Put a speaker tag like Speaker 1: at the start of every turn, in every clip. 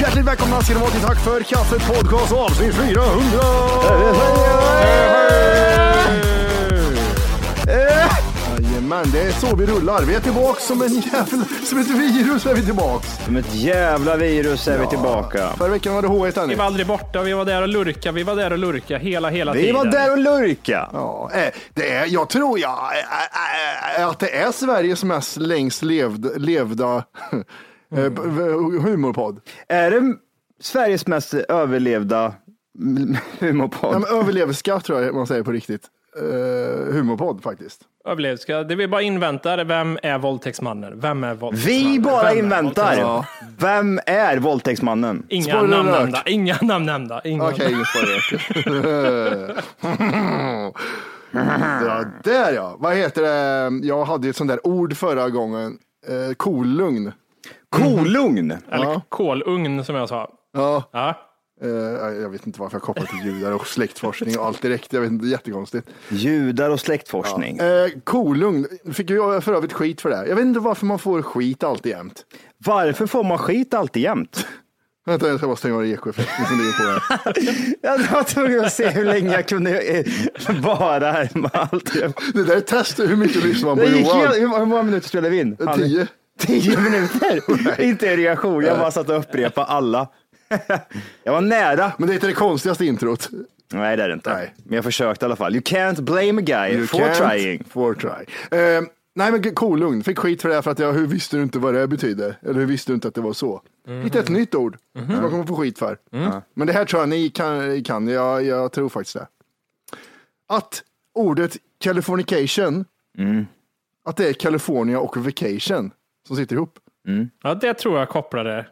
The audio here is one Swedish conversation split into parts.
Speaker 1: Hjärtligt välkomna ska ni vara till Tack för kaffet podcast avsnitt 400! Jajamän, det är så vi rullar. Vi är tillbaks som en jävla, som ett virus är vi tillbaks.
Speaker 2: Som ett jävla virus är vi tillbaka.
Speaker 1: Förra veckan var det H1
Speaker 3: Vi var
Speaker 1: Dennis.
Speaker 3: aldrig borta, vi var där och lurka, vi var där och lurka hela, hela
Speaker 2: Vi
Speaker 3: tiden.
Speaker 2: var där och lurka.
Speaker 1: Ja, eh, det är, jag tror ja, eh, eh, att det är Sveriges mest längst levd, levda eh, b-
Speaker 2: Mm.
Speaker 1: v- humorpodd.
Speaker 2: Är det Sveriges mest överlevda m-
Speaker 1: Ja,
Speaker 2: humorpodd?
Speaker 1: men Överleverska tror jag man säger på riktigt. Uh, humorpodd faktiskt.
Speaker 3: Överlevska. Det vi bara inväntar, vem är våldtäktsmannen? Vem är våldtäktsmannen?
Speaker 2: Vi
Speaker 3: Vem
Speaker 2: bara
Speaker 3: är våldtäktsmannen?
Speaker 2: inväntar. Vem är våldtäktsmannen?
Speaker 3: Inga
Speaker 1: Spoiler
Speaker 3: namn
Speaker 1: alert.
Speaker 3: nämnda, inga namn nämnda. Inga
Speaker 1: Okej,
Speaker 3: namn.
Speaker 1: ingen spoiler. Det där ja. Vad heter det? Jag hade ju ett sånt där ord förra gången. Eh, kolugn.
Speaker 2: Kolugn.
Speaker 3: Eller kolugn som jag sa.
Speaker 1: Ja.
Speaker 3: Ja.
Speaker 1: Eh, jag vet inte varför jag kopplar till judar och släktforskning och allt direkt. Jag vet inte, jättekonstigt.
Speaker 2: Judar och släktforskning.
Speaker 1: Eh, kolugn. Fick ju för övrigt skit för det. här. Jag vet inte varför man får skit alltid jämt.
Speaker 2: Varför får man skit alltid jämt?
Speaker 1: Vänta, jag ska bara stänga av ekoeffekten som ligger på här.
Speaker 2: Jag var tvungen att se hur länge jag kunde eh, vara här med allt.
Speaker 1: Det där är test hur mycket lyssnar man på
Speaker 2: Det gick
Speaker 1: Johan.
Speaker 2: helt, hur hur många minuter spelade vi in? Hade-
Speaker 1: Tio.
Speaker 2: Tio minuter? Inte en reaktion, jag bara satt och upprepade alla. jag var nära.
Speaker 1: Men det är inte det konstigaste introt.
Speaker 2: Nej, det är det inte.
Speaker 1: Nej.
Speaker 2: Men jag försökte i alla fall. You can't blame a guy
Speaker 1: You
Speaker 2: for
Speaker 1: can't
Speaker 2: trying.
Speaker 1: For try. Eh, nej men kolugn, fick skit för det här för att jag, hur visste du inte vad det här betyder? Eller hur visste du inte att det var så? Hitta ett nytt ord som jag kommer få skit för. Ja. Men det här tror jag ni kan, kan. Jag, jag tror faktiskt det. Att ordet Californication, Mm. att det är California och vacation som sitter ihop.
Speaker 3: ja, det tror jag kopplade.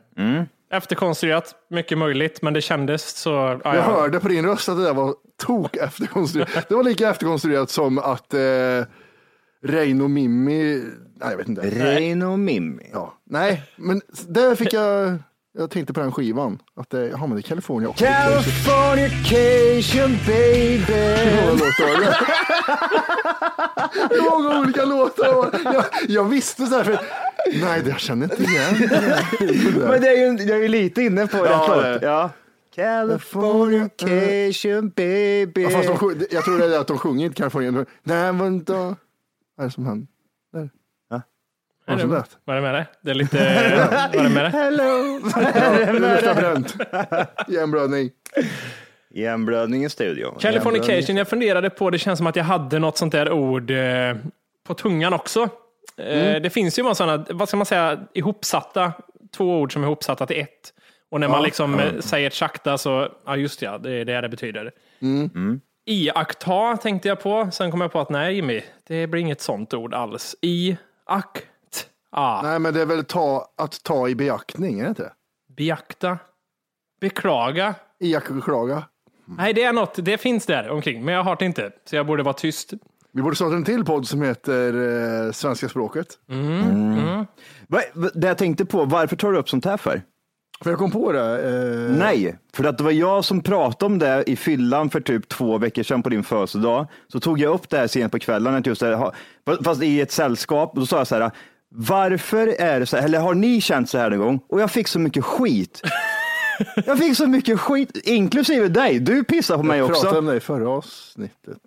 Speaker 3: Efterkonstruerat, mycket möjligt, men det kändes så. Ja, Ah, ja.
Speaker 1: Jag hörde på din röst att det där var tok efterkonstruerat. Det var lika efterkonstruerat som att eh, Reino Mimmi, nej jag vet inte.
Speaker 2: Reino Mimmi.
Speaker 1: Ja, nej, men där fick jag, jag tänkte på den skivan, att det, jaha men det är California också.
Speaker 2: Californication baby.
Speaker 1: Många låtar. Det är många olika låtar. Jag, jag visste så här, för, nej det- jag känner inte igen det där.
Speaker 2: Men det är ju, jag är ju lite inne på
Speaker 1: Ja,
Speaker 2: rätt
Speaker 1: det är
Speaker 2: låt.
Speaker 1: det.
Speaker 2: Ja. Californication baby.
Speaker 1: Ja, fast de, sjung- jag tror det är det att de sjunger inte California. Nej, men då, vad är det som händer? Där.
Speaker 2: Ja.
Speaker 1: Vad är det som lät?
Speaker 3: Vad är det med det? Det är lite... Vad är det med det?
Speaker 2: Hello.
Speaker 1: Det luktar bränt. Hjärnblödning.
Speaker 2: Hjärnblödning i studion.
Speaker 3: Californication, jag funderade på, det känns som att jag hade något sånt där ord eh, på tungan också. Eh, Det finns ju många sådana, vad ska man säga, ihopsatta, två ord som är ihopsatta till ett. Och när man liksom eh, säger ett sakta så, ja just det, ja, det är det det betyder. Iaktta tänkte jag på. Sen kom jag på att nej, Jimmy, det blir inget sånt ord alls. Iaktta.
Speaker 1: Nej, men det är väl ta, att ta i beaktning, är det inte?
Speaker 3: Beakta. Beklaga.
Speaker 1: Iakklaga.
Speaker 3: Nej, det är något. Det finns där omkring, men jag har det inte. Så jag borde vara tyst.
Speaker 1: Vi borde starta en till podd som heter eh, Svenska språket.
Speaker 2: Va- va- Det jag tänkte på, varför tar du upp sånt här för?
Speaker 1: För jag kom på det. Eh,
Speaker 2: Nej, för att det var jag som pratade om det i fyllan för typ två veckor sedan på din födelsedag. Så tog jag upp det här sent på kvällen, att just det, här, ha- fast i ett sällskap. Och då sa jag så här, varför är det så här, eller har ni känt så här någon gång? Och jag fick så mycket skit. jag fick så mycket skit, inklusive dig. Du pissade på mig
Speaker 1: jag
Speaker 2: också.
Speaker 1: pratade om det i förra avsnittet.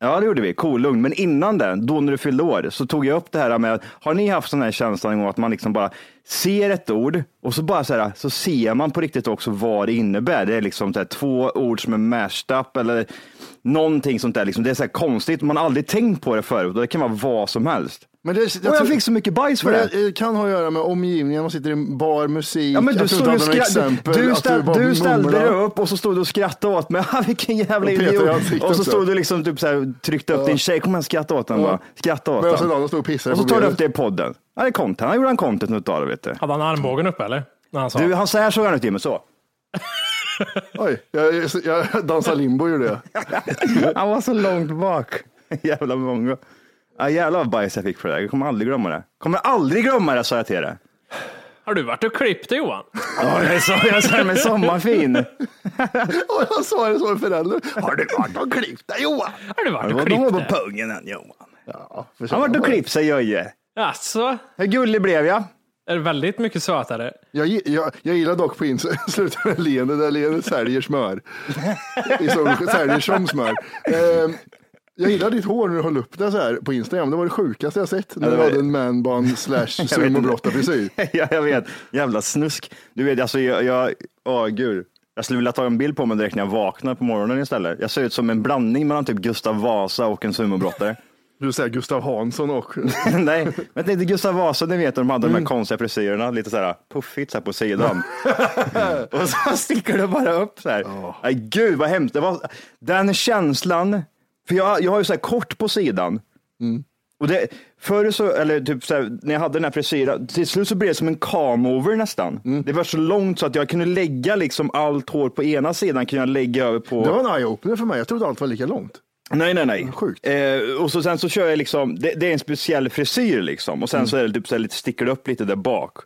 Speaker 2: Ja, det gjorde vi. Kolugn. Men innan den, då när du fyllde år, så tog jag upp det här med, att- har ni haft sån här känsla någon gång att man liksom bara ser ett ord och så bara så här, så ser man på riktigt också vad det innebär. Det är liksom så här, två ord som är mashed up eller någonting sånt där. Liksom. Det är så här konstigt, man har aldrig tänkt på det förut och det kan vara vad som helst.
Speaker 1: Men det, jag,
Speaker 2: och jag
Speaker 1: tror-
Speaker 2: fick så mycket bajs för
Speaker 1: men
Speaker 2: det.
Speaker 1: det eh, kan ha att göra med omgivningen, man sitter i en bar, musik,
Speaker 2: Ja, men du,
Speaker 1: att
Speaker 2: stod och
Speaker 1: några
Speaker 2: skra-
Speaker 1: exempel,
Speaker 2: du, du,
Speaker 1: att
Speaker 2: ställ,
Speaker 1: bara
Speaker 2: du ställde
Speaker 1: mumlar.
Speaker 2: dig upp och så stod du och skrattade åt mig. "Ah, Vilken jävla
Speaker 1: Och petade i
Speaker 2: idiot.
Speaker 1: ansiktet
Speaker 2: Och så
Speaker 1: också.
Speaker 2: stod du liksom typ så här, tryckte upp din tjej. Kom igen, skratta åt den
Speaker 1: Ja.
Speaker 2: bara. Skratta åt
Speaker 1: Men jag sa
Speaker 2: den.
Speaker 1: att de stod och pissade
Speaker 2: Och så
Speaker 1: på
Speaker 2: tar du
Speaker 1: benet.
Speaker 2: upp det i podden. Ja, det är content. Han gjorde han content nu utav det, vet du.
Speaker 3: Hade han armbågen uppe eller? När han sa.
Speaker 2: du han, så här såg han ut Jimmy, så.
Speaker 1: Oj, jag, jag dansade limbo gjorde jag.
Speaker 2: Han var så långt bak. Jävla många. Ja, jävlar vad bajs jag fick för det. här. Jag kommer aldrig glömma det. Kommer aldrig glömma det, sa jag till dig.
Speaker 3: Har du varit och klippt dig Johan?
Speaker 2: Ja, det sa jag så här med sommarfin.
Speaker 1: Och jag sa det som en förälder. Har du varit och klippt dig Johan?
Speaker 3: Har du varit
Speaker 2: Det
Speaker 3: och
Speaker 2: var då
Speaker 3: klippt
Speaker 2: på
Speaker 3: dig?
Speaker 2: pungen, han Johan.
Speaker 1: Ja,
Speaker 2: Han vart och klippt sig, Jöje.
Speaker 3: Alltså,
Speaker 2: Hur gullig blev jag?
Speaker 3: är det väldigt mycket sötare.
Speaker 1: jag, gi- jag, jag gillar dock på slutet med leende där leendet säljer smör. I som, säljer som smör. Ehm, jag gillar ditt hår när du höll upp det så här på Instagram. Det var det sjukaste jag sett. När du
Speaker 2: det var-
Speaker 1: hade en manbun slash sumobrottarfrisyr.
Speaker 2: ja, jag vet. Jävla snusk. Du vet, alltså, jag, jag, åh, gud. jag skulle vilja ta en bild på mig direkt när jag vaknar på morgonen istället. Jag ser ut som en blandning mellan typ Gustav Vasa och en sumobrottare.
Speaker 1: Du säger Gustav Hansson och...
Speaker 2: Nej, men det är inte Gustav Vasa, ni vet, de hade de här konstiga frisyrerna, lite så här puffigt så här på sidan. Mm. och så sticker det bara upp så här. Nej, gud vad hemskt. Det var, den känslan, för jag, jag har ju så här kort på sidan. Och det, förr så, eller typ så här, när jag hade den här frisyren, till slut så blev det som en camover nästan. Det var så långt så att jag kunde lägga liksom allt hår på ena sidan, kunde jag lägga över på...
Speaker 1: Det var en eye-opener för mig. Jag trodde allt var lika långt.
Speaker 2: Nej, nej, nej.
Speaker 1: Sjukt.
Speaker 2: Eh, och så, sen så kör jag liksom, det, det är en speciell frisyr liksom. Och sen
Speaker 1: Mm.
Speaker 2: så är det typ så här lite, sticker det upp lite där bak.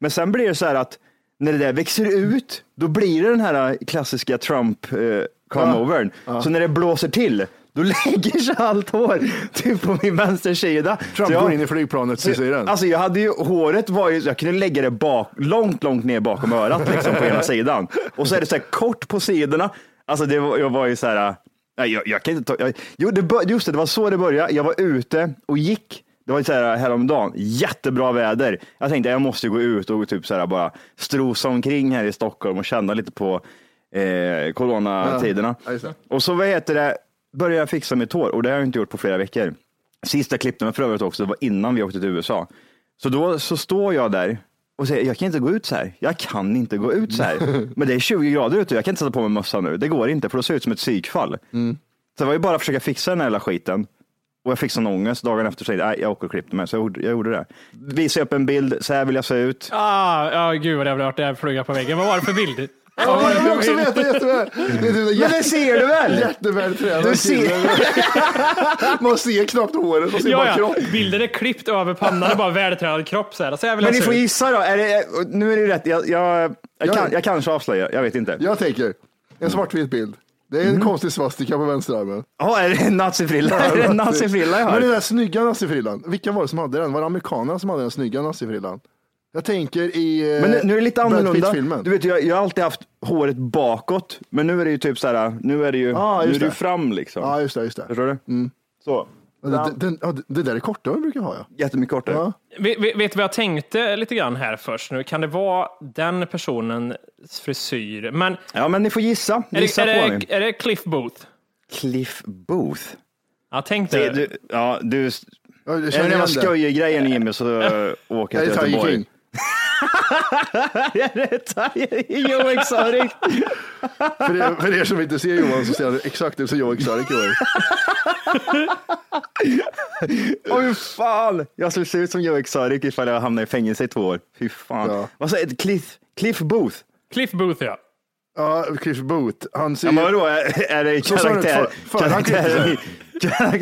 Speaker 2: Men sen blir det så här att när det där växer ut, då blir det den här klassiska Trump eh, comeovern. Så när det blåser till, då lägger sig allt hår typ på min vänstersida.
Speaker 1: Trump
Speaker 2: Så jag-
Speaker 1: går in i flygplanet, frisyren.
Speaker 2: Alltså jag hade ju, håret var ju, jag kunde lägga det bak, långt, långt ner bakom örat liksom på ena sidan. Och så är det så här kort på sidorna. Alltså det var, jag var ju så här, nej, jag, jag kan inte ta, jag, jo, det, bör- just det, det var så det började. Jag var ute och gick. Det var ju så här häromdagen, jättebra väder. Jag tänkte jag måste ju gå ut och typ så här bara strosa omkring här i Stockholm och känna lite på eh, coronatiderna.
Speaker 1: Ja, just det.
Speaker 2: Och så vad heter det, började jag fixa mitt hår och det har jag inte gjort på flera veckor. Sist jag klippte mig för övrigt också, det var innan vi åkte till USA. Så då så står jag där och säger, jag kan inte gå ut så här. Jag kan inte gå ut så här. Men det är 20 grader ute, jag kan inte sätta på mig mössa nu. Det går inte, för då ser jag ut som ett psykfall.
Speaker 1: Mm.
Speaker 2: Så det var ju bara att försöka fixa den här jävla skiten. Och jag fick sån ångest dagen efter, så jag, nej, jag åker och klippte mig. Så jag gjorde, jag gjorde det. Visade upp en bild, så här vill jag se ut.
Speaker 3: Ah, ja, gud vad det hade varit det här fluga på väggen. Vad var det för bild? Vad var
Speaker 1: Jag
Speaker 3: det
Speaker 1: vill
Speaker 3: för
Speaker 1: också
Speaker 3: bild?
Speaker 1: veta jätteväl. Det är typ en
Speaker 2: Men det
Speaker 1: jätte-
Speaker 2: ser du väl?
Speaker 1: jättevältränad
Speaker 2: Du ser-
Speaker 1: kille. Man ser knappt håret, man ser bara
Speaker 3: Ja, ja.
Speaker 1: kroppen.
Speaker 3: Bilden är klippt över pannan, det är bara vältränad kropp. Så här. Så här vill
Speaker 2: Men
Speaker 3: jag
Speaker 2: ni
Speaker 3: se
Speaker 2: får
Speaker 3: ut.
Speaker 2: gissa då. Är det, nu är det ju rätt, jag, jag, jag,
Speaker 1: Ja.
Speaker 2: kan, jag kanske avslöjar, jag vet inte.
Speaker 1: Jag tänker,
Speaker 2: Mm.
Speaker 1: en svartvit bild. Det är en konstig svastika på vänsterarmen.
Speaker 2: Ja, är det en nazifrilla? Är Mm. det en nazifrilla jag
Speaker 1: Men den
Speaker 2: har?
Speaker 1: där snygga nazifrillan, vilka var det som hade den? Var det amerikanerna som hade den snygga nazifrillan? Jag tänker i eh,
Speaker 2: Men nu, nu är det lite
Speaker 1: Brad
Speaker 2: annorlunda.
Speaker 1: Pitt-filmen.
Speaker 2: Du vet, jag, jag har alltid haft håret bakåt, men nu är det ju typ så här, nu är det ju,
Speaker 1: Ah,
Speaker 2: nu
Speaker 1: just
Speaker 2: är det ju
Speaker 1: det.
Speaker 2: fram liksom.
Speaker 1: Ja, just det. Just det.
Speaker 2: Förstår du? Så.
Speaker 1: Ja, det, den, ja, det där är kortare än brukar ha, ja.
Speaker 2: Jättemycket kortare.
Speaker 1: Ja.
Speaker 3: Vet, vet vet du vad jag tänkte lite grann här först nu? Kan det vara den personens frisyr? Men
Speaker 2: Ja, men ni får gissa.
Speaker 3: är det,
Speaker 2: Gissa
Speaker 3: är
Speaker 2: på
Speaker 3: det,
Speaker 2: mig.
Speaker 3: är det Cliff Booth?
Speaker 2: Cliff Booth.
Speaker 3: Ja, tänk
Speaker 2: Det,
Speaker 3: dig.
Speaker 2: du, ja, du,
Speaker 1: Ja, jag
Speaker 2: är det
Speaker 1: känner
Speaker 2: den
Speaker 1: igen
Speaker 2: här
Speaker 1: det.
Speaker 2: skojegrejen Jimmy så äh, åker
Speaker 1: Nej,
Speaker 2: jag
Speaker 1: det är
Speaker 2: till
Speaker 1: Tiger
Speaker 2: Göteborg.
Speaker 1: King.
Speaker 2: Joe Exotic.
Speaker 1: För er, för er som inte ser Johan så ser han exakt ut som Joe Exotic gör.
Speaker 2: Åh fy fan! Jag skulle se ut som Joe Exotic ifall jag hamnar i fängelse i två år. Fy fan.
Speaker 1: Ja.
Speaker 2: Vad säger du? Cliff, Cliff Booth?
Speaker 3: Cliff Booth, ja.
Speaker 1: Ja, Cliff Booth. Han ser
Speaker 2: Ja, men
Speaker 1: ju...
Speaker 2: vadå, är, är det
Speaker 1: Så sa du
Speaker 2: karaktär,
Speaker 1: för- för- han klippte
Speaker 2: karaktären,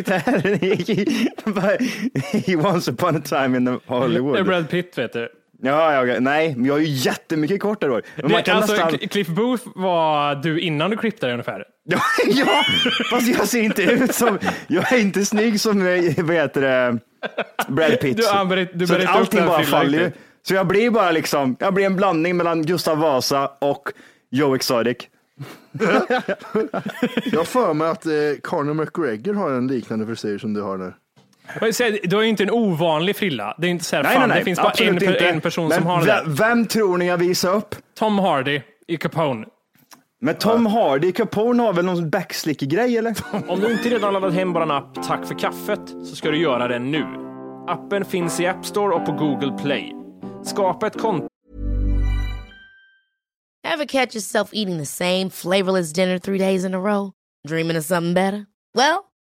Speaker 2: i, karaktären i, i Once upon a time in
Speaker 3: Det är
Speaker 2: Hollywood?
Speaker 3: Brad Pitt, vet du.
Speaker 2: Ja, ja, ja, nej, men jag har ju jättemycket kortare hår. Men man
Speaker 3: Det,
Speaker 2: kan
Speaker 3: alltså,
Speaker 2: nästan...
Speaker 3: Cl- Cliff Booth var du innan du klippte dig ungefär.
Speaker 2: Ja, ja, fast jag ser inte ut som... Jag är inte snygg som, eh, vad heter det, Brad Pitt.
Speaker 3: Du, han berätt- du
Speaker 2: så att
Speaker 3: berättar upp
Speaker 2: allting
Speaker 3: den
Speaker 2: bara
Speaker 3: frillan
Speaker 2: faller ju.
Speaker 3: riktigt.
Speaker 2: Så jag blir bara liksom, jag blir en blandning mellan Gustav Vasa och Joe Exotic.
Speaker 1: Jag har för mig att eh, Conor McGregor har en liknande frisyr som du har nu.
Speaker 3: Jag vill säga, Du har ju inte en ovanlig frilla. Det är inte så här, fan, det finns bara en,
Speaker 2: absolut
Speaker 3: per-
Speaker 2: inte.
Speaker 3: en person
Speaker 2: men
Speaker 3: som har det
Speaker 2: ve-
Speaker 3: där.
Speaker 2: Vem tror ni jag visar upp?
Speaker 3: Tom Hardy i Capone.
Speaker 2: Men Tom Hardy, Capone har väl någon backslick-grej eller?
Speaker 4: Om du inte redan laddat hem bara en app Tack för kaffet så ska du göra det nu. Appen finns i App Store och på Google Play. Skapa ett konto
Speaker 5: Ever catch yourself eating the same flavorless dinner three days in a row? Dreaming of something better? Well,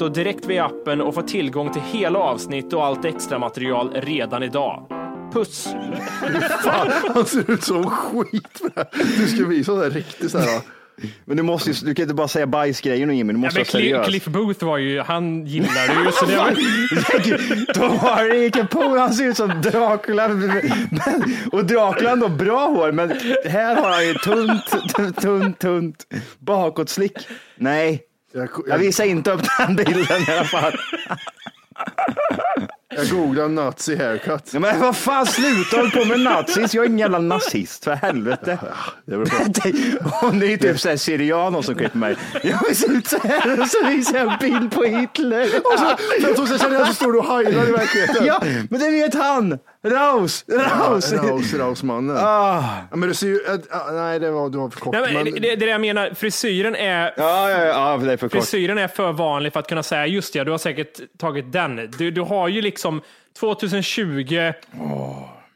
Speaker 4: och direkt via appen och få tillgång till hela avsnitt och allt extra material redan idag. Puss!
Speaker 1: Han ser ut som skit. för det här. Du ska visa så här riktigt så här.
Speaker 2: Men du måste ju, du kan inte bara säga bajsgrejer nu Jimmy, du
Speaker 3: Ja,
Speaker 2: måste
Speaker 3: men
Speaker 2: vara seriös.
Speaker 3: Cli- Cliff Booth var ju, han gillade det ju. Så det var,
Speaker 2: Tom Hardy i Capone, han ser ut som Dracula. Men, och Dracula har ändå bra hår, men här har han ju tunt, tunt, tunt, tunt bakåtslick. Nej,
Speaker 1: Jag,
Speaker 2: jag
Speaker 1: jag,
Speaker 2: visar inte upp den bilden i alla fall.
Speaker 1: jag googlar nazi haircut.
Speaker 2: Ja, Men vad fan, sluta håll på med nazis. Jag är ingen jävla nazist, för helvete.
Speaker 1: Det är väl bra.
Speaker 2: Om det är typ såhär syrianer som klipper mig. Jag ser ut såhär och så visar jag en bild på Hitler.
Speaker 1: Jag tror så känner jag så står du och hajlar i verkligheten.
Speaker 2: Ja, men det vet han! Raus, raus!
Speaker 1: Raus, Rausmannen.
Speaker 2: Ah.
Speaker 1: Ja, men du ser ju, äh, äh, nej det var, du var för kort.
Speaker 3: nej, men,
Speaker 1: men,
Speaker 3: det, det är det jag menar, frisyren är,
Speaker 2: Ja, ja, ja, det är för kort.
Speaker 3: frisyren är för vanlig för att kunna säga just det, du har säkert tagit den. Du, du har ju liksom 2020,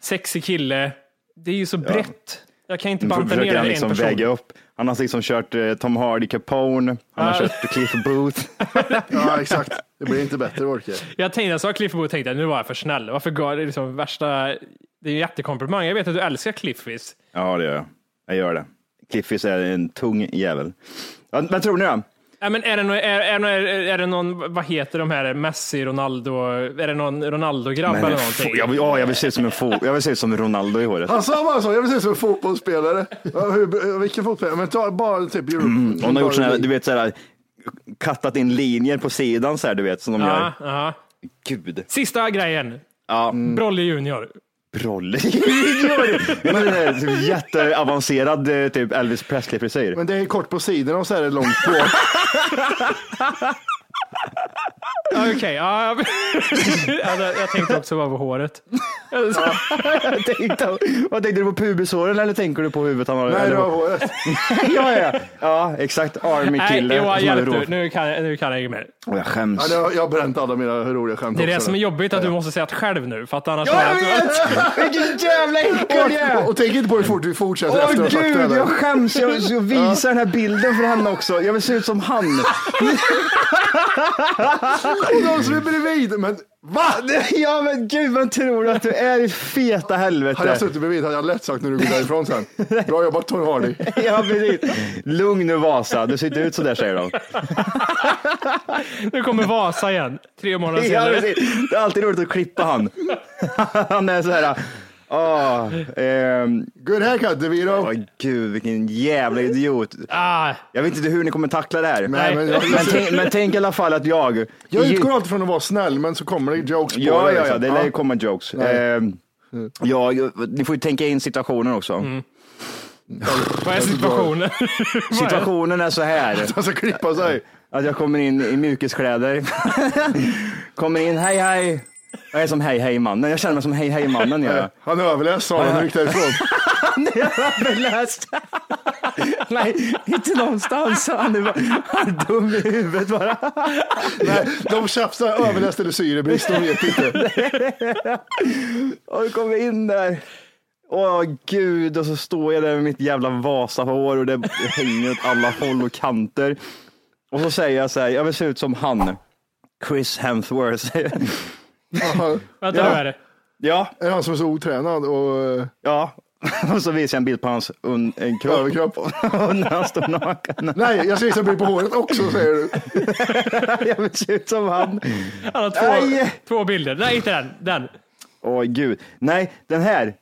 Speaker 3: sexig kille. Det är ju så brett. Jag kan inte banta ner det
Speaker 2: försöker han
Speaker 3: i
Speaker 2: liksom
Speaker 3: en person.
Speaker 2: väga upp. Han har liksom kört eh, Tom Hardy Capone, han har kört Cliff Booth.
Speaker 1: Ja exakt, det blir inte bättre Orke.
Speaker 3: Jag tänkte, så Cliff Booth tänkte jag, nu var jag för snäll. Varför gav det liksom värsta... Det är ju jättekomplimang. Jag vet att du älskar Cliffis.
Speaker 2: ja, det gör jag. Jag gör det. Cliffis är en tung jävel. Ja, vad tror ni då?
Speaker 3: Ja, men är det, någon, är, är, det någon- är det någon, vad heter de här, Messi, Ronaldo, är det någon Ronaldo-grabb eller någonting?
Speaker 2: jag, vill, ja, jag vill se ut som en fo- jag vill se ut som Ronaldo i håret.
Speaker 1: Han sa bara så, jag vill se ut som en fotbollsspelare. Ja, hur, vilken fotbollsspelare? Men ta bara typ Europa. Mm,
Speaker 2: Hon har gjort sådana här, du vet såhär, kattat in linjer på sidan så här, du vet, som de
Speaker 3: Ja,
Speaker 2: gör.
Speaker 3: ja.
Speaker 2: Gud.
Speaker 3: Sista grejen.
Speaker 2: Ja.
Speaker 3: Brolle Junior.
Speaker 2: Brolle. Det är en sån här typ Jätteavancerad eh, typ Elvis Presley-frisyr.
Speaker 1: Men det är kort på sidorna och så är det långt på.
Speaker 3: Ja, Okej, ja. ja, det- jag tänkte också bara på håret.
Speaker 2: Jag tänkte- Vad tänkte du på pubishåren eller tänker du på huvudet han har?
Speaker 1: Nej, det
Speaker 2: eller-
Speaker 1: var håret.
Speaker 2: ja, ja. ja, exakt.
Speaker 3: Nej,
Speaker 2: Army-kille.
Speaker 3: Johan,
Speaker 2: som hade
Speaker 3: hjälp
Speaker 2: rå-
Speaker 3: du. Nu kan, jag- nu kan jag inget mer.
Speaker 2: Åh, Jag
Speaker 1: Ja,
Speaker 2: skäms.
Speaker 1: det har- jag har bränt alla mina roliga skämt
Speaker 3: Det är det
Speaker 1: också.
Speaker 3: som är jobbigt, att du måste säga det själv nu. För att annars...
Speaker 2: Ja, jag vet! Vilken jävla äckel jag
Speaker 1: Och,
Speaker 2: är!
Speaker 1: och tänk inte på hur fort vi fortsätter
Speaker 2: Åh
Speaker 1: efter att ha sagt det
Speaker 2: gud,
Speaker 1: här.
Speaker 2: jag skäms. Jag jag visar den här bilden för henne också. Jag vill se ut som han.
Speaker 1: Och de som är bredvid, men va?
Speaker 2: Ja men gud, man tror att du är i feta
Speaker 1: Hade jag
Speaker 2: helvete.
Speaker 1: suttit bredvid hade jag lätt sagt när du går därifrån sen. Bra jobbat Tony Hardy.
Speaker 2: Ja, precis. Lugn nu Vasa, du ser inte ut sådär säger de.
Speaker 3: Nu kommer Vasa igen, tre månader
Speaker 2: Ja,
Speaker 3: senare.
Speaker 2: precis. Det är alltid roligt att klippa han. Han är såhär, åh, ehm,
Speaker 1: Good haircut DeVito.
Speaker 2: åh gud vilken jävla idiot.
Speaker 3: Ah,
Speaker 2: Jag vet inte hur ni kommer tackla det här.
Speaker 1: Nej, men jag,
Speaker 2: Men tänk, men tänk i alla fall att jag...
Speaker 1: jag utgår alltid från att vara snäll, men så kommer det jokes på
Speaker 2: Ja, ja, ja,
Speaker 1: liksom.
Speaker 2: det lär ju komma jokes. Ehm, ja, ju- ni får ju tänka in situationen också.
Speaker 3: vad är situationen?
Speaker 2: Situationen är så här.
Speaker 1: Han ska klippa sig.
Speaker 2: Att jag kommer in i mjukiskläder. kommer in, hej hej. Jag är som hej hej mannen. Jag känner mig som hej hej mannen. Jag.
Speaker 1: Han överläste sa han och gick därifrån.
Speaker 2: Överläst. Nej, inte någonstans. Han är, bara, han är dum i huvudet bara.
Speaker 1: Nej, de tjafsar överläst eller syrebrist, de vet inte.
Speaker 2: Och jag kommer in där. Åh gud, och så står jag där med mitt jävla Vasahår och det hänger åt alla håll och kanter. Och så säger jag så här, jag vill se ut som han. Chris Hemsworth.
Speaker 1: Aha.
Speaker 3: Vänta nu är det.
Speaker 2: ja,
Speaker 1: Är det han som är så otränad och eh,
Speaker 2: ja. Och så visar jag en bild på hans un, en kropp.
Speaker 1: överkropp?
Speaker 2: Och när han står naken.
Speaker 1: Nej, jag ska visa en bild på håret också säger du.
Speaker 2: Jag vill se ut som han.
Speaker 3: Han har två,
Speaker 2: Nej.
Speaker 3: två bilder. Nej, inte den. Den.
Speaker 2: Åh gud. Nej, den här.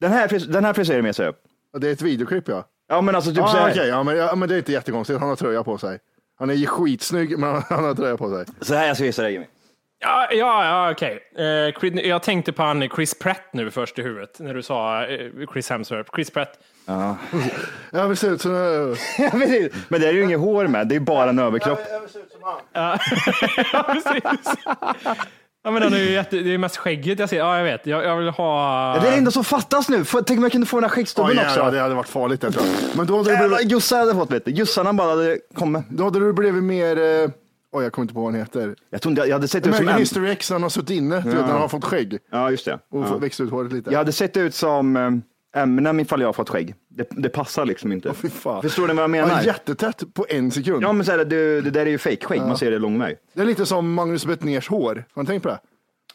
Speaker 2: Den här, fris- den här frisyren med sig upp.
Speaker 1: Ja, Det är ett videoklipp ja.
Speaker 2: Ja men alltså typ så
Speaker 1: Ah,
Speaker 2: här.
Speaker 1: okej, ja, men, ja, men det är inte jättekonstigt, han har tröja på sig. Han är ju skitsnygg, men han- han har tröja på sig.
Speaker 2: Så här jag ska visa dig Jimmy.
Speaker 3: Ja, ja, ja okej. Eh, Chris- jag tänkte på han Chris Pratt nu först i huvudet när du sa eh, Chris Hemsworth. Chris Pratt.
Speaker 1: Jag vill se ut som... eh,
Speaker 2: Ja, precis. men det är ju inget hår med, det är ju bara en överkropp.
Speaker 3: Ja, precis. Ja, men han är ju jätte, det är mest skägget jag ser. Ja, jag vet. Jag, jag vill ha...
Speaker 2: Det är det enda som fattas nu. Få- Tänk om jag kunde få den här
Speaker 1: Ja,
Speaker 2: skäggstubben
Speaker 1: jävlar,
Speaker 2: också. Alltså,
Speaker 1: det hade varit farligt det tror jag. Men då hade det blivit
Speaker 2: Jävlar, Jossan hade fått vet du. Jossan han bara hade kommit.
Speaker 1: Då hade du blivit mer, eh, oj jag kommer inte på vad han heter.
Speaker 2: Jag tror inte, jag hade sett ut som
Speaker 1: American
Speaker 2: en.
Speaker 1: History X, han har suttit inne, du vet, han har fått skägg
Speaker 2: Ja, just det.
Speaker 1: och
Speaker 2: Ja.
Speaker 1: fått- växt ut håret lite.
Speaker 2: Jag hade sett ut som em, Eminem ifall jag har fått skägg. Det, det passar liksom inte.
Speaker 1: Fy fan.
Speaker 2: Förstår ni vad jag menar?
Speaker 1: Ja, jättetätt på en sekund.
Speaker 2: Ja, men så här, det, det där är ju fake skägg man ser det lång väg.
Speaker 1: Det är lite som Magnus Betnérs hår, har ni tänkt på det?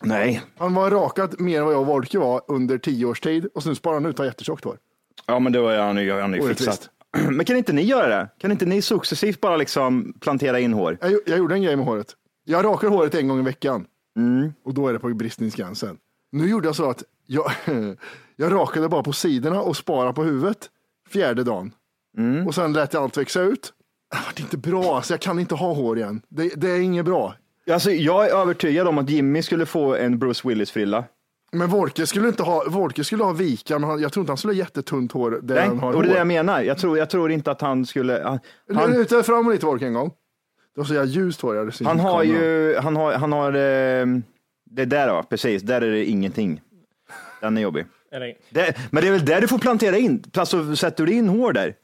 Speaker 2: Nej.
Speaker 1: Han var rakat mer än vad jag och Wolke var under tio års tid och nu sparar han ut och har jättetjockt hår.
Speaker 2: Ja, men det var han ju han är ju
Speaker 1: Orättvist.
Speaker 2: fixat. Men kan inte ni göra det? Kan inte ni successivt bara liksom plantera in hår?
Speaker 1: Jag, jag gjorde en grej med håret. Jag rakar håret en gång i veckan
Speaker 2: Mm.
Speaker 1: och då är det på bristningsgränsen. Nu gjorde jag så att jag, jag rakade bara på sidorna och sparade på huvudet fjärde dagen.
Speaker 2: Mm.
Speaker 1: Och sen lät jag allt växa ut. Det var inte bra, så jag kan inte ha hår igen. Det, det är inget bra.
Speaker 2: Alltså, jag är övertygad om att Jimmy skulle få en Bruce Willis-frilla.
Speaker 1: Men Wolke skulle, inte ha, Wolke skulle ha vikar, men han, jag tror inte han skulle ha jättetunt hår där
Speaker 2: Nej,
Speaker 1: han Eh, har
Speaker 2: och det är
Speaker 1: hår.
Speaker 2: det jag menar. Jag tror, jag tror inte att han skulle... Han,
Speaker 1: Han...
Speaker 2: han,
Speaker 1: Luta fram lite Wolke en gång. Då ser jag ljust hår. jag hade sett
Speaker 2: han
Speaker 1: i
Speaker 2: har
Speaker 1: kameran.
Speaker 2: ju... Han har, han har ehm, det där va, precis. Där är det ingenting. Den är jobbig.
Speaker 3: Eller-
Speaker 2: Det, men det är väl där du får plantera in. Alltså, sätter du in hår där,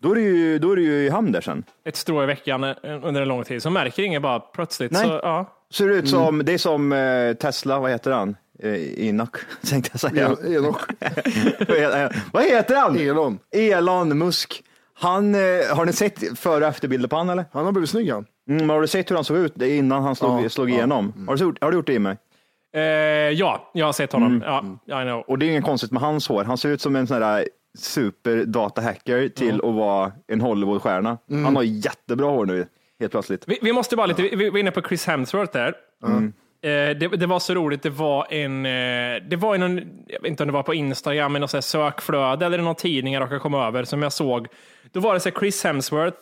Speaker 2: då är du ju, då är du ju i hamn där sen.
Speaker 3: Ett strå i veckan eh, under en lång tid. Så märker ingen bara plötsligt.
Speaker 2: Nej.
Speaker 3: Så, ja.
Speaker 2: Ser
Speaker 1: Mm.
Speaker 2: det ut som, det är som eh, Tesla, vad heter han? Eh, Enoch, tänkte jag säga.
Speaker 1: En- Enoch.
Speaker 2: vad heter han?
Speaker 1: Elon.
Speaker 2: Elon Musk. Han, eh, har ni sett före och efterbilder på han eller?
Speaker 1: Han har blivit snygg han.
Speaker 2: Mm, har du sett hur han såg ut det innan han slog,
Speaker 1: Ja,
Speaker 2: slog
Speaker 1: ja.
Speaker 2: igenom? Har, du, gjort- har du gjort det i mig?
Speaker 3: Eh, ja, jag har sett honom. Ja, I know.
Speaker 2: Mm. Och det är inget konstigt med hans hår. Han ser ut som en sån här superdatahacker till att vara en Hollywoodstjärna. Han har jättebra hår nu helt plötsligt.
Speaker 3: Vi, vi måste bara lite, vi, vi var inne på Chris Hemsworth där. Eh, det, det var så roligt, det var en, eh, det var en, jag vet inte om det var på Instagram, men något så här sökflöde eller någon tidning jag råkade komma över som jag såg. Då var det så här Chris Hemsworth,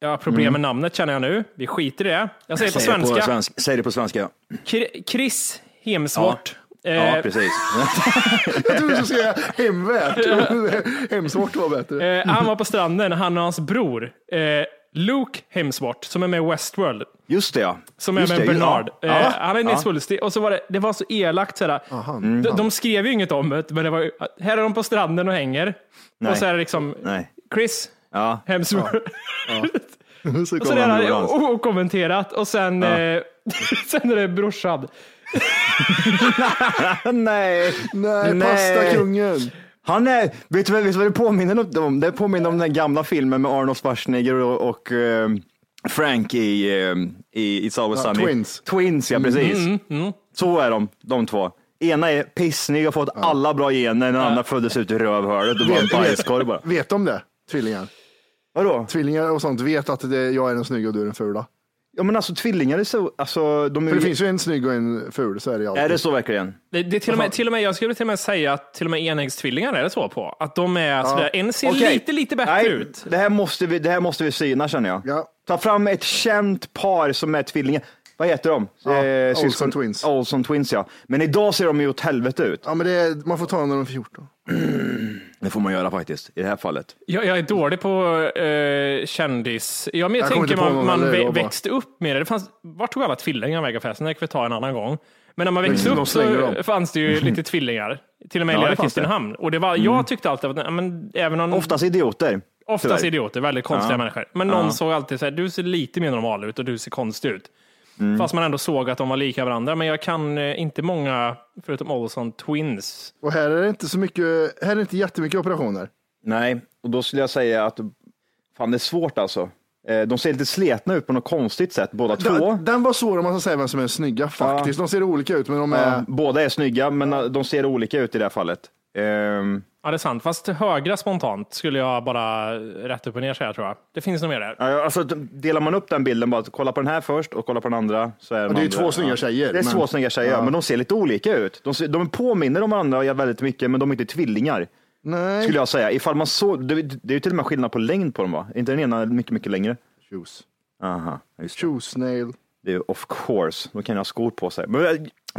Speaker 3: jag har problem
Speaker 2: Mm.
Speaker 3: med namnet känner jag nu, vi skiter i det. Jag säger på svenska,
Speaker 2: svensk- säg det på svenska.
Speaker 3: Kri- Chris Hemsworth.
Speaker 2: Ja,
Speaker 3: Eh,
Speaker 2: precis.
Speaker 1: Jag trodde du skulle säga hemvärt. Hemsvårt var bättre.
Speaker 3: eh, han var på stranden, han och hans bror, eh, Luke Hemsworth, som är med i Westworld.
Speaker 2: Just det ja.
Speaker 3: Som är
Speaker 2: Just
Speaker 3: med
Speaker 2: det,
Speaker 3: Bernard.
Speaker 2: Ja.
Speaker 3: Eh,
Speaker 2: Ja. Mm.
Speaker 3: han är Nils Wulsti. Och så var det, det var så elakt. Sådär. de, de skrev ju inget om det, men det var ju, här är de på stranden och hänger.
Speaker 2: Nej.
Speaker 3: Och så är det liksom,
Speaker 2: Nej.
Speaker 3: Chris
Speaker 2: Ja.
Speaker 3: Hemsworth.
Speaker 2: Så
Speaker 3: Och så
Speaker 2: kommer
Speaker 3: är
Speaker 2: han
Speaker 3: det Oh,
Speaker 2: överens.
Speaker 3: o- okommenterat. Och sen, eh, sen är det brorsan.
Speaker 2: Nej.
Speaker 1: Nej, pastakungen.
Speaker 2: Han är, vet du, vad- vet du vad det påminner om? Det påminner om den gamla filmen med Arnold Schwarzenegger och, och eh, Frank i, eh, i It's Always
Speaker 1: Ja,
Speaker 2: Sunny.
Speaker 1: Twins. Mm.
Speaker 2: Twins, ja precis. Så är de, de två. Ena är pissnig och fått alla bra gener, den andra föddes ut i rövhålet och var en bajskorv bara.
Speaker 1: Vet de det? Tvillingar.
Speaker 2: Vadå?
Speaker 1: Tvillingar och sånt vet att det, jag är den snygga och du är den fula.
Speaker 2: Ja men alltså tvillingar är så, alltså de är,
Speaker 1: För det finns ju en snygg och en ful, så är det ju alltid.
Speaker 2: är det så verkligen?
Speaker 3: Det, det är till och med, till och med, jag skulle till och med säga att till och med enäggstvillingar är det så på. Att de är sådär, en ser
Speaker 2: Okej.
Speaker 3: lite, lite bättre
Speaker 2: Nej,
Speaker 3: ut.
Speaker 2: Det här, måste vi, det här måste vi syna känner jag.
Speaker 1: Ja.
Speaker 2: Ta fram ett känt par som är tvillingar. Vad heter de?
Speaker 1: Ja,
Speaker 2: Eh,
Speaker 1: Olsen
Speaker 2: syskon-
Speaker 1: Twins.
Speaker 2: Olsen Twins ja. Men idag ser de ju åt helvete ut.
Speaker 1: Ja, men det är, man får ta när de är 14.
Speaker 2: Det får man göra faktiskt i det här fallet.
Speaker 3: Jag, jag är dålig på eh, kändis. Ja, men jag,
Speaker 1: Jag kommer
Speaker 3: tänker
Speaker 1: inte på någon
Speaker 3: man, man
Speaker 1: heller,
Speaker 3: vä-
Speaker 1: jag bara-
Speaker 3: växte upp med det. det fanns, vart tog alla tvillingar vägen förresten? Det kan vi ta en annan gång. Men när man växte
Speaker 1: de
Speaker 3: upp
Speaker 1: slänger
Speaker 3: så
Speaker 1: dem.
Speaker 3: fanns det ju lite tvillingar. Till och med i
Speaker 2: Ja,
Speaker 3: lilla
Speaker 2: det fanns det.
Speaker 3: Kristinehamn. Och det var, jag tyckte alltid att, nej, men, även om,
Speaker 2: Oftast idioter.
Speaker 3: oftast
Speaker 2: tyvärr.
Speaker 3: idioter, väldigt konstiga människor. Men någon såg alltid så här, du ser lite mer normal ut och du ser konstig ut. Fast man ändå såg att de var lika varandra. Men jag kan eh, inte många, förutom Olsson Twins.
Speaker 1: Och här är det inte så mycket, här är det inte jättemycket operationer.
Speaker 2: Nej, och då skulle jag säga att fan det är svårt alltså. Eh, De ser lite sletna ut på något konstigt sätt båda två.
Speaker 1: Den, den var svår om man ska säga vem som är snygga faktiskt. De ser olika ut, men de är...
Speaker 2: Eh, Båda är snygga, men eh, de ser olika ut i det här fallet. Ehm,
Speaker 3: Ja, det är sant. Fast högra spontant skulle jag bara eh, rätt upp och ner säga, tror jag. Det finns nog mer där.
Speaker 2: Ja, Alltså, delar man upp den bilden, bara att kolla på den här först och kolla på den andra. Så är den
Speaker 1: det är ju
Speaker 2: andra-
Speaker 1: två snygga tjejer,
Speaker 2: Det är
Speaker 1: men-
Speaker 2: två snygga tjejer, men de ser lite olika ut. De, ser, de påminner om varandra väldigt mycket, men de är inte tvillingar.
Speaker 1: Nej.
Speaker 2: Skulle jag säga. Ifall man så, det, det är ju till och med skillnad på längd på dem va? Är inte den ena mycket, mycket längre?
Speaker 1: Shoes.
Speaker 2: Aha, just det.
Speaker 1: Shoes nail.
Speaker 2: det. är Of course, då kan jag ha skor på sig. Men, eh,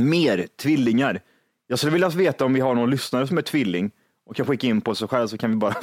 Speaker 2: mer, tvillingar. Jag skulle vilja veta om vi har någon lyssnare som är tvilling och kan skicka in på sig själv så kan vi bara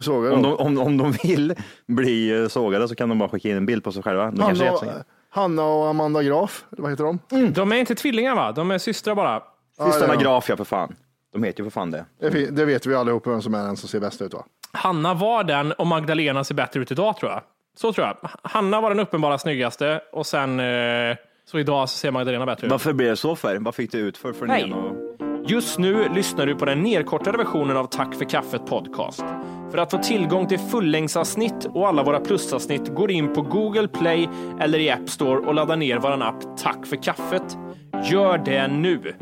Speaker 1: Sågar
Speaker 2: Om
Speaker 1: de.
Speaker 2: de, om, om de vill bli eh, sågade så kan de bara skicka in en bild på sig själva. De kanske är
Speaker 1: Hanna, och,
Speaker 2: jättesnygga.
Speaker 1: Hanna och Amanda Graf, eller vad heter de?
Speaker 3: De är inte tvillingar va? De är systrar bara.
Speaker 1: Ja, det
Speaker 2: Systrarna
Speaker 1: är de.
Speaker 2: Graf ja, för fan. De heter ju för fan det.
Speaker 1: Det fi- Det vet vi allihop vem som är den som ser bäst ut va?
Speaker 3: Hanna var den och Magdalena ser bättre ut idag tror jag. Så tror jag. Hanna var den uppenbara snyggaste och sen eh, så idag så ser Magdalena bättre ut.
Speaker 2: Varför blev det så för? Vad fick du ut för, för den
Speaker 3: Nej.
Speaker 2: ena? och-
Speaker 3: Just nu lyssnar du på den nedkortade versionen av Tack för kaffet podcast. För att få tillgång till fullängdsavsnitt och alla våra plusavsnitt går in på Google Play eller i App Store och laddar ner vår app Tack för kaffet. Gör det nu!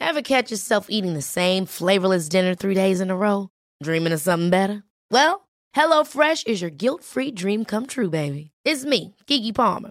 Speaker 5: Ever catch yourself eating the same flavorless dinner three days in a row? Dreaming of something better? Well, HelloFresh is your guilt free dream come true, baby. It's me, Gigi Palmer.